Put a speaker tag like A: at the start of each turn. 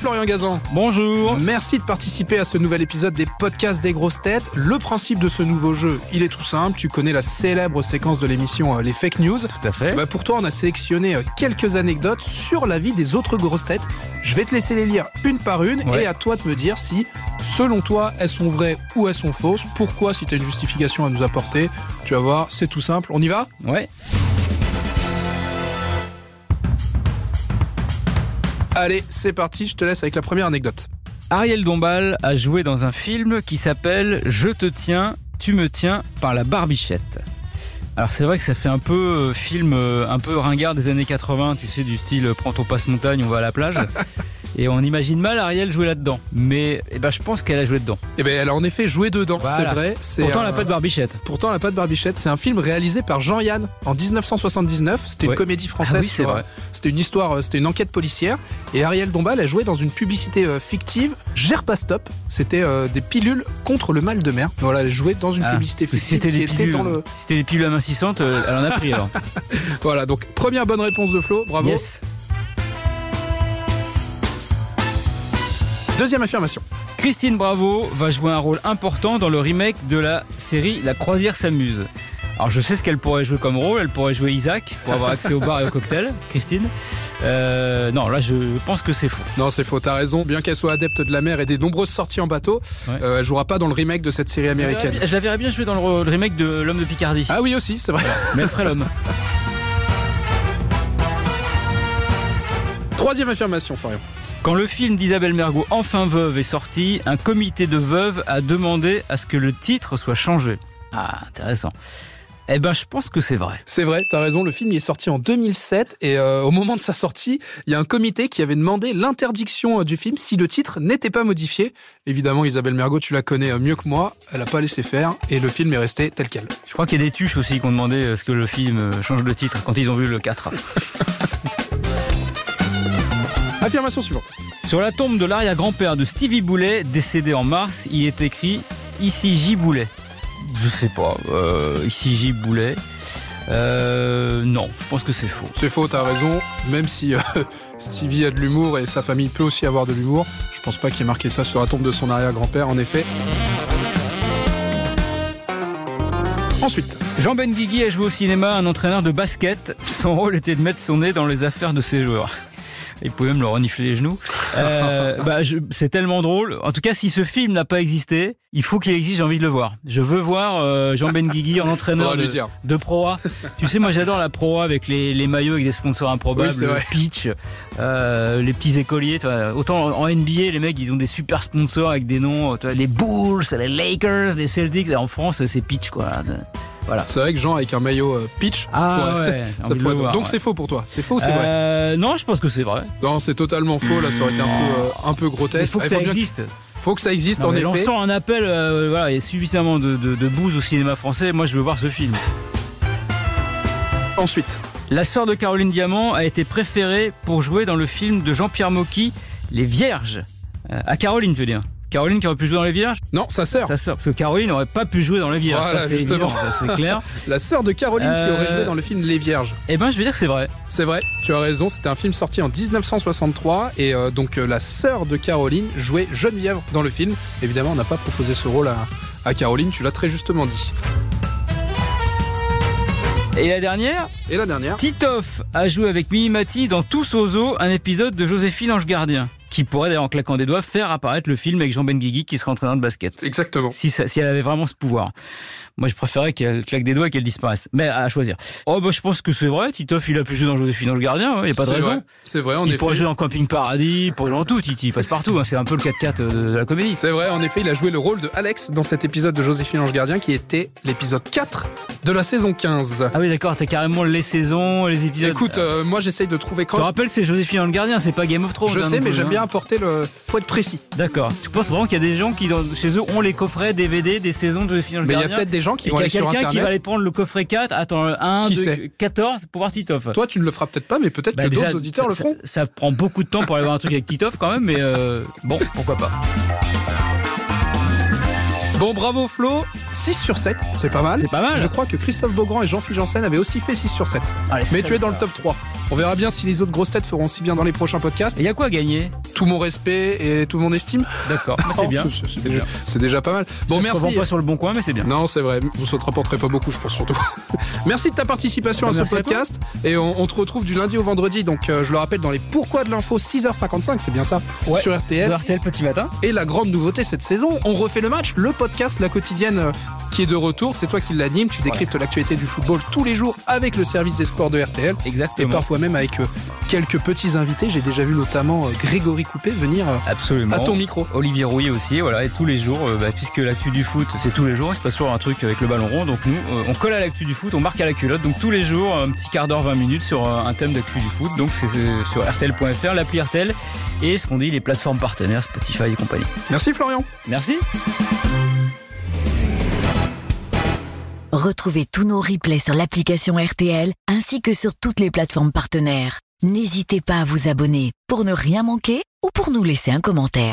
A: Fabien Gazan.
B: Bonjour.
A: Merci de participer à ce nouvel épisode des podcasts des grosses têtes. Le principe de ce nouveau jeu, il est tout simple. Tu connais la célèbre séquence de l'émission euh, Les Fake News.
B: Tout à fait.
A: Bah, pour toi, on a sélectionné euh, quelques anecdotes sur la vie des autres grosses têtes. Je vais te laisser les lire une par une
B: Ouais.
A: et à toi de me dire si, selon toi, elles sont vraies ou elles sont fausses. Pourquoi, si tu as une justification à nous apporter. Tu vas voir, c'est tout simple. On y va
B: Ouais.
A: Allez, c'est parti. Je te laisse avec la première anecdote.
B: Ariel Dombal a joué dans un film qui s'appelle Je te tiens, tu me tiens par la barbichette. Alors c'est vrai que ça fait un peu euh, film euh, un peu ringard des années 80, tu sais du style euh, prends ton passe montagne, on va à la plage. Et on imagine mal Ariel jouer là-dedans. Mais eh ben, je pense qu'elle a joué dedans.
A: Eh ben, elle a en effet joué dedans,
B: Voilà.
A: c'est vrai. C'est euh,
B: Pourtant, elle
A: un-
B: n'a pas de barbichette.
A: Pourtant, La Pâte Barbichette, c'est un film réalisé par Jean-Yann en 1979. C'était
B: Ouais.
A: une comédie française.
B: Ah oui, c'est
A: sur,
B: vrai.
A: euh, C'était une histoire, euh, c'était une enquête policière. Et Ariel Dombal a joué dans une publicité euh, fictive, Gerpastop. C'était euh, des pilules contre le mal de mer. Voilà, elle jouait dans une
B: Ah,
A: publicité
B: Si
A: fictive
B: c'était
A: qui
B: des,
A: était
B: pilules,
A: dans le.
B: si c'était des pilules amincissantes, euh, elle en a pris alors.
A: Voilà, donc première bonne réponse de Flo, bravo.
B: Yes.
A: Deuxième affirmation.
B: Christine Bravo va jouer un rôle important dans le remake de la série La croisière s'amuse. Alors je sais ce qu'elle pourrait jouer comme rôle, elle pourrait jouer Isaac pour avoir accès au bar et au cocktail, Christine. Euh, non, là je pense que c'est faux.
A: Non, c'est faux, t'as raison. Bien qu'elle soit adepte de la mer et des nombreuses sorties en bateau,
B: Ouais.
A: euh, elle jouera pas dans le remake de cette série américaine.
B: Je la verrais bien jouer dans le re- le remake de L'homme de Picardie,
A: Ah oui, aussi, c'est vrai.
B: mais elle ferait l'homme.
A: Troisième affirmation, Florian.
B: Quand le film d'Isabelle Mergot Enfin veuve est sorti, un comité de veuves a demandé à ce que le titre soit changé. Ah, intéressant. Eh ben je pense que c'est vrai.
A: C'est vrai, t'as raison, le film il est sorti en 2007 et euh, au moment de sa sortie, il y a un comité qui avait demandé l'interdiction euh, du film si le titre n'était pas modifié. Évidemment, Isabelle Mergot, tu la connais euh, mieux que moi, elle a pas laissé faire et le film est resté tel quel.
B: Je crois qu'il y a des tuches aussi qui ont demandé euh, ce que le film euh, change de titre quand ils ont vu le 4.
A: Affirmation suivante.
B: Sur la tombe de l'arrière-grand-père de Stevie Boulet, décédé en mars, il est écrit Ici J. Boulet. Je sais pas, euh, ici J. Boulet. Euh, non, je pense que c'est faux.
A: C'est faux, t'as raison, même si euh, Stevie a de l'humour et sa famille peut aussi avoir de l'humour, je pense pas qu'il ait marqué ça sur la tombe de son arrière-grand-père, en effet. Ensuite,
B: Jean Benguigui a joué au cinéma un entraîneur de basket. Son rôle était de mettre son nez dans les affaires de ses joueurs. Il pouvait même leur renifler les genoux. Euh, bah, je- c'est tellement drôle. En tout cas, si ce film n'a pas existé, il faut qu'il existe, j'ai envie de le voir. Je veux voir euh, Jean Benguigui en
A: faudra
B: entraîneur
A: lui
B: de,
A: dire.
B: de Pro A. tu sais, moi j'adore la Pro A avec les, les maillots avec des sponsors improbables,
A: Oui, c'est vrai.
B: le pitch, euh, les petits écoliers. tu vois. Autant en NBA, les mecs ils ont des super sponsors avec des noms, tu vois, les Bulls, les Lakers, les Celtics. Et en France, c'est pitch quoi.
A: C'est vrai que Jean avec un maillot euh, pitch, ça
B: Ah
A: pourrait-
B: ouais, j'ai
A: ça
B: envie de
A: pourrait-
B: le voir,
A: donc
B: ouais.
A: c'est faux pour toi, c'est faux, ou c'est vrai.
B: Euh, Non, je pense que c'est vrai.
A: Non, c'est totalement faux. Là, ça aurait été un peu, euh, un peu grotesque.
B: Il Ah. faut que
A: Ah,
B: ça
A: bien-
B: existe.
A: faut que ça existe,
B: Non,
A: en
B: mais
A: effet.
B: Lançant un appel, euh, voilà, il y a suffisamment de, de, de bouse au cinéma français. Moi, je veux voir ce film.
A: Ensuite,
B: La sœur de Caroline Diamant a été préférée pour jouer dans le film de Jean-Pierre Mocky, Les Vierges. Euh, à Caroline, je veux dire. Caroline qui aurait pu jouer dans Les Vierges
A: non, sa sœur,
B: Sa sœur. Parce que Caroline n'aurait pas pu jouer dans Les Vierges.
A: Voilà,
B: ça, c'est
A: justement.
B: évident, ça, c'est clair.
A: la sœur de Caroline qui
B: Euh,
A: aurait joué dans le film Les Vierges.
B: Eh ben, je veux dire que c'est vrai.
A: C'est vrai, tu as raison. C'était un film sorti en 1963 et euh, donc euh, la sœur de Caroline jouait Geneviève dans le film. Évidemment, on n'a pas proposé ce rôle à, à Caroline. Tu l'as très justement dit.
B: Et la dernière
A: Et la dernière.
B: Titoff a joué avec Minimati dans Tous aux eaux, un épisode de Joséphine Ange Gardien, qui pourrait d'ailleurs en claquant des doigts faire apparaître le film avec Jean Benguigui qui serait entraîneur de basket.
A: Exactement.
B: Si, ça- si elle avait vraiment ce pouvoir. Moi, je préférais qu'elle claque des doigts et qu'elle disparaisse. Mais à choisir. Oh, bah, je pense que c'est vrai. Titoff, il a pu jouer dans Joséphine Ange Gardien. Il n'y a pas de
A: C'est
B: raison.
A: vrai, C'est vrai, en
B: il pourrait
A: effet.
B: jouer dans Camping Paradis, il pourrait jouer dans tout. Titi, il passe partout. hein. C'est un peu le 4x4 de, de la comédie.
A: C'est vrai, en effet, il a joué le rôle de Alex dans cet épisode de Joséphine Ange Gardien qui était l'épisode 4 de la saison 15.
B: Ah oui, d'accord. T'as carrément les saisons, les épisodes.
A: Écoute, euh, moi j'essaye de trouver
B: Tu te
A: quand
B: rappelles, c'est Joséphine Ange Gardien, c'est pas Game of Thrones.
A: Je
B: hein,
A: sais,
B: non
A: mais
B: plus,
A: j'aime
B: hein.
A: bien apporter le. Faut être précis.
B: D'accord. Tu penses vraiment qu'il y a des gens qui, dans- chez eux, ont les coffrets DVD des saisons de Final
A: Mais il y a
B: Guardian
A: peut-être des gens qui
B: et
A: vont
B: qu'il y
A: aller
B: a
A: sur
B: quelqu'un qui va
A: Internet.
B: aller prendre le coffret 4, attends, euh, 1,
A: Qui
B: 2,
A: sait
B: 14 pour voir Titoff.
A: Toi, tu ne le feras peut-être pas, mais peut-être
B: Bah,
A: que
B: déjà,
A: d'autres auditeurs le
B: ça-
A: feront.
B: Ça, ça prend beaucoup de temps pour aller voir un truc avec Titoff quand même, mais euh, bon, pourquoi pas.
A: Bon, bravo Flo. 6 sur 7, c'est pas mal.
B: C'est pas mal.
A: Je crois que Christophe Beaugrand et Jean-Philippe Janssen avaient aussi fait 6 sur 7.
B: Allez,
A: Mais
B: ça-
A: tu es dans le top 3. On verra bien si les autres grosses têtes feront aussi bien dans les prochains podcasts.
B: Et y a quoi à gagner
A: tout mon respect et tout mon estime. Oh,
B: D'accord, mais c'est bien.
A: C'est- c'est- C'est déjà, c'est déjà pas mal. Bon,
B: Ça se revend
A: merci.
B: pas sur le bon coin, mais c'est bien.
A: Non, c'est vrai, vous ne te rapporterez pas beaucoup, je pense surtout. merci de ta participation
B: Eh
A: à
B: ben, merci
A: ce
B: à
A: podcast. Et on, on te retrouve du lundi au vendredi. Donc, euh, je le rappelle, dans les Pourquoi de l'info, 6h55, c'est bien ça,
B: Ouais.
A: sur RTL.
B: De RTL Petit Matin.
A: Et la grande nouveauté cette saison, on refait le match, le podcast La Quotidienne euh, qui est de retour. C'est toi qui l'anime, tu décryptes l'actualité du football tous les jours avec le service des sports de RTL. Et
B: Exactement.
A: parfois même avec euh, quelques petits invités. J'ai déjà vu notamment euh, Grégory Coupé venir euh,
B: Absolument.
A: à ton micro.
B: Olivier Rouillet aussi, voilà, et tous les jours, euh, bah, puisque l'actu du foot, c'est tous les jours, il se passe toujours un truc avec le ballon rond, donc nous, euh, on colle à l'actu du foot, on marque à la culotte, donc tous les jours, un petit quart d'heure, 20 minutes sur euh, un thème d'actu du foot, donc c'est c'est sur RTL.fr, l'appli RTL, et ce qu'on dit, les plateformes partenaires, Spotify et compagnie.
A: Merci Florian.
B: Merci
C: Retrouvez tous nos replays sur l'application RTL ainsi que sur toutes les plateformes partenaires. N'hésitez pas à vous abonner pour ne rien manquer ou pour nous laisser un commentaire.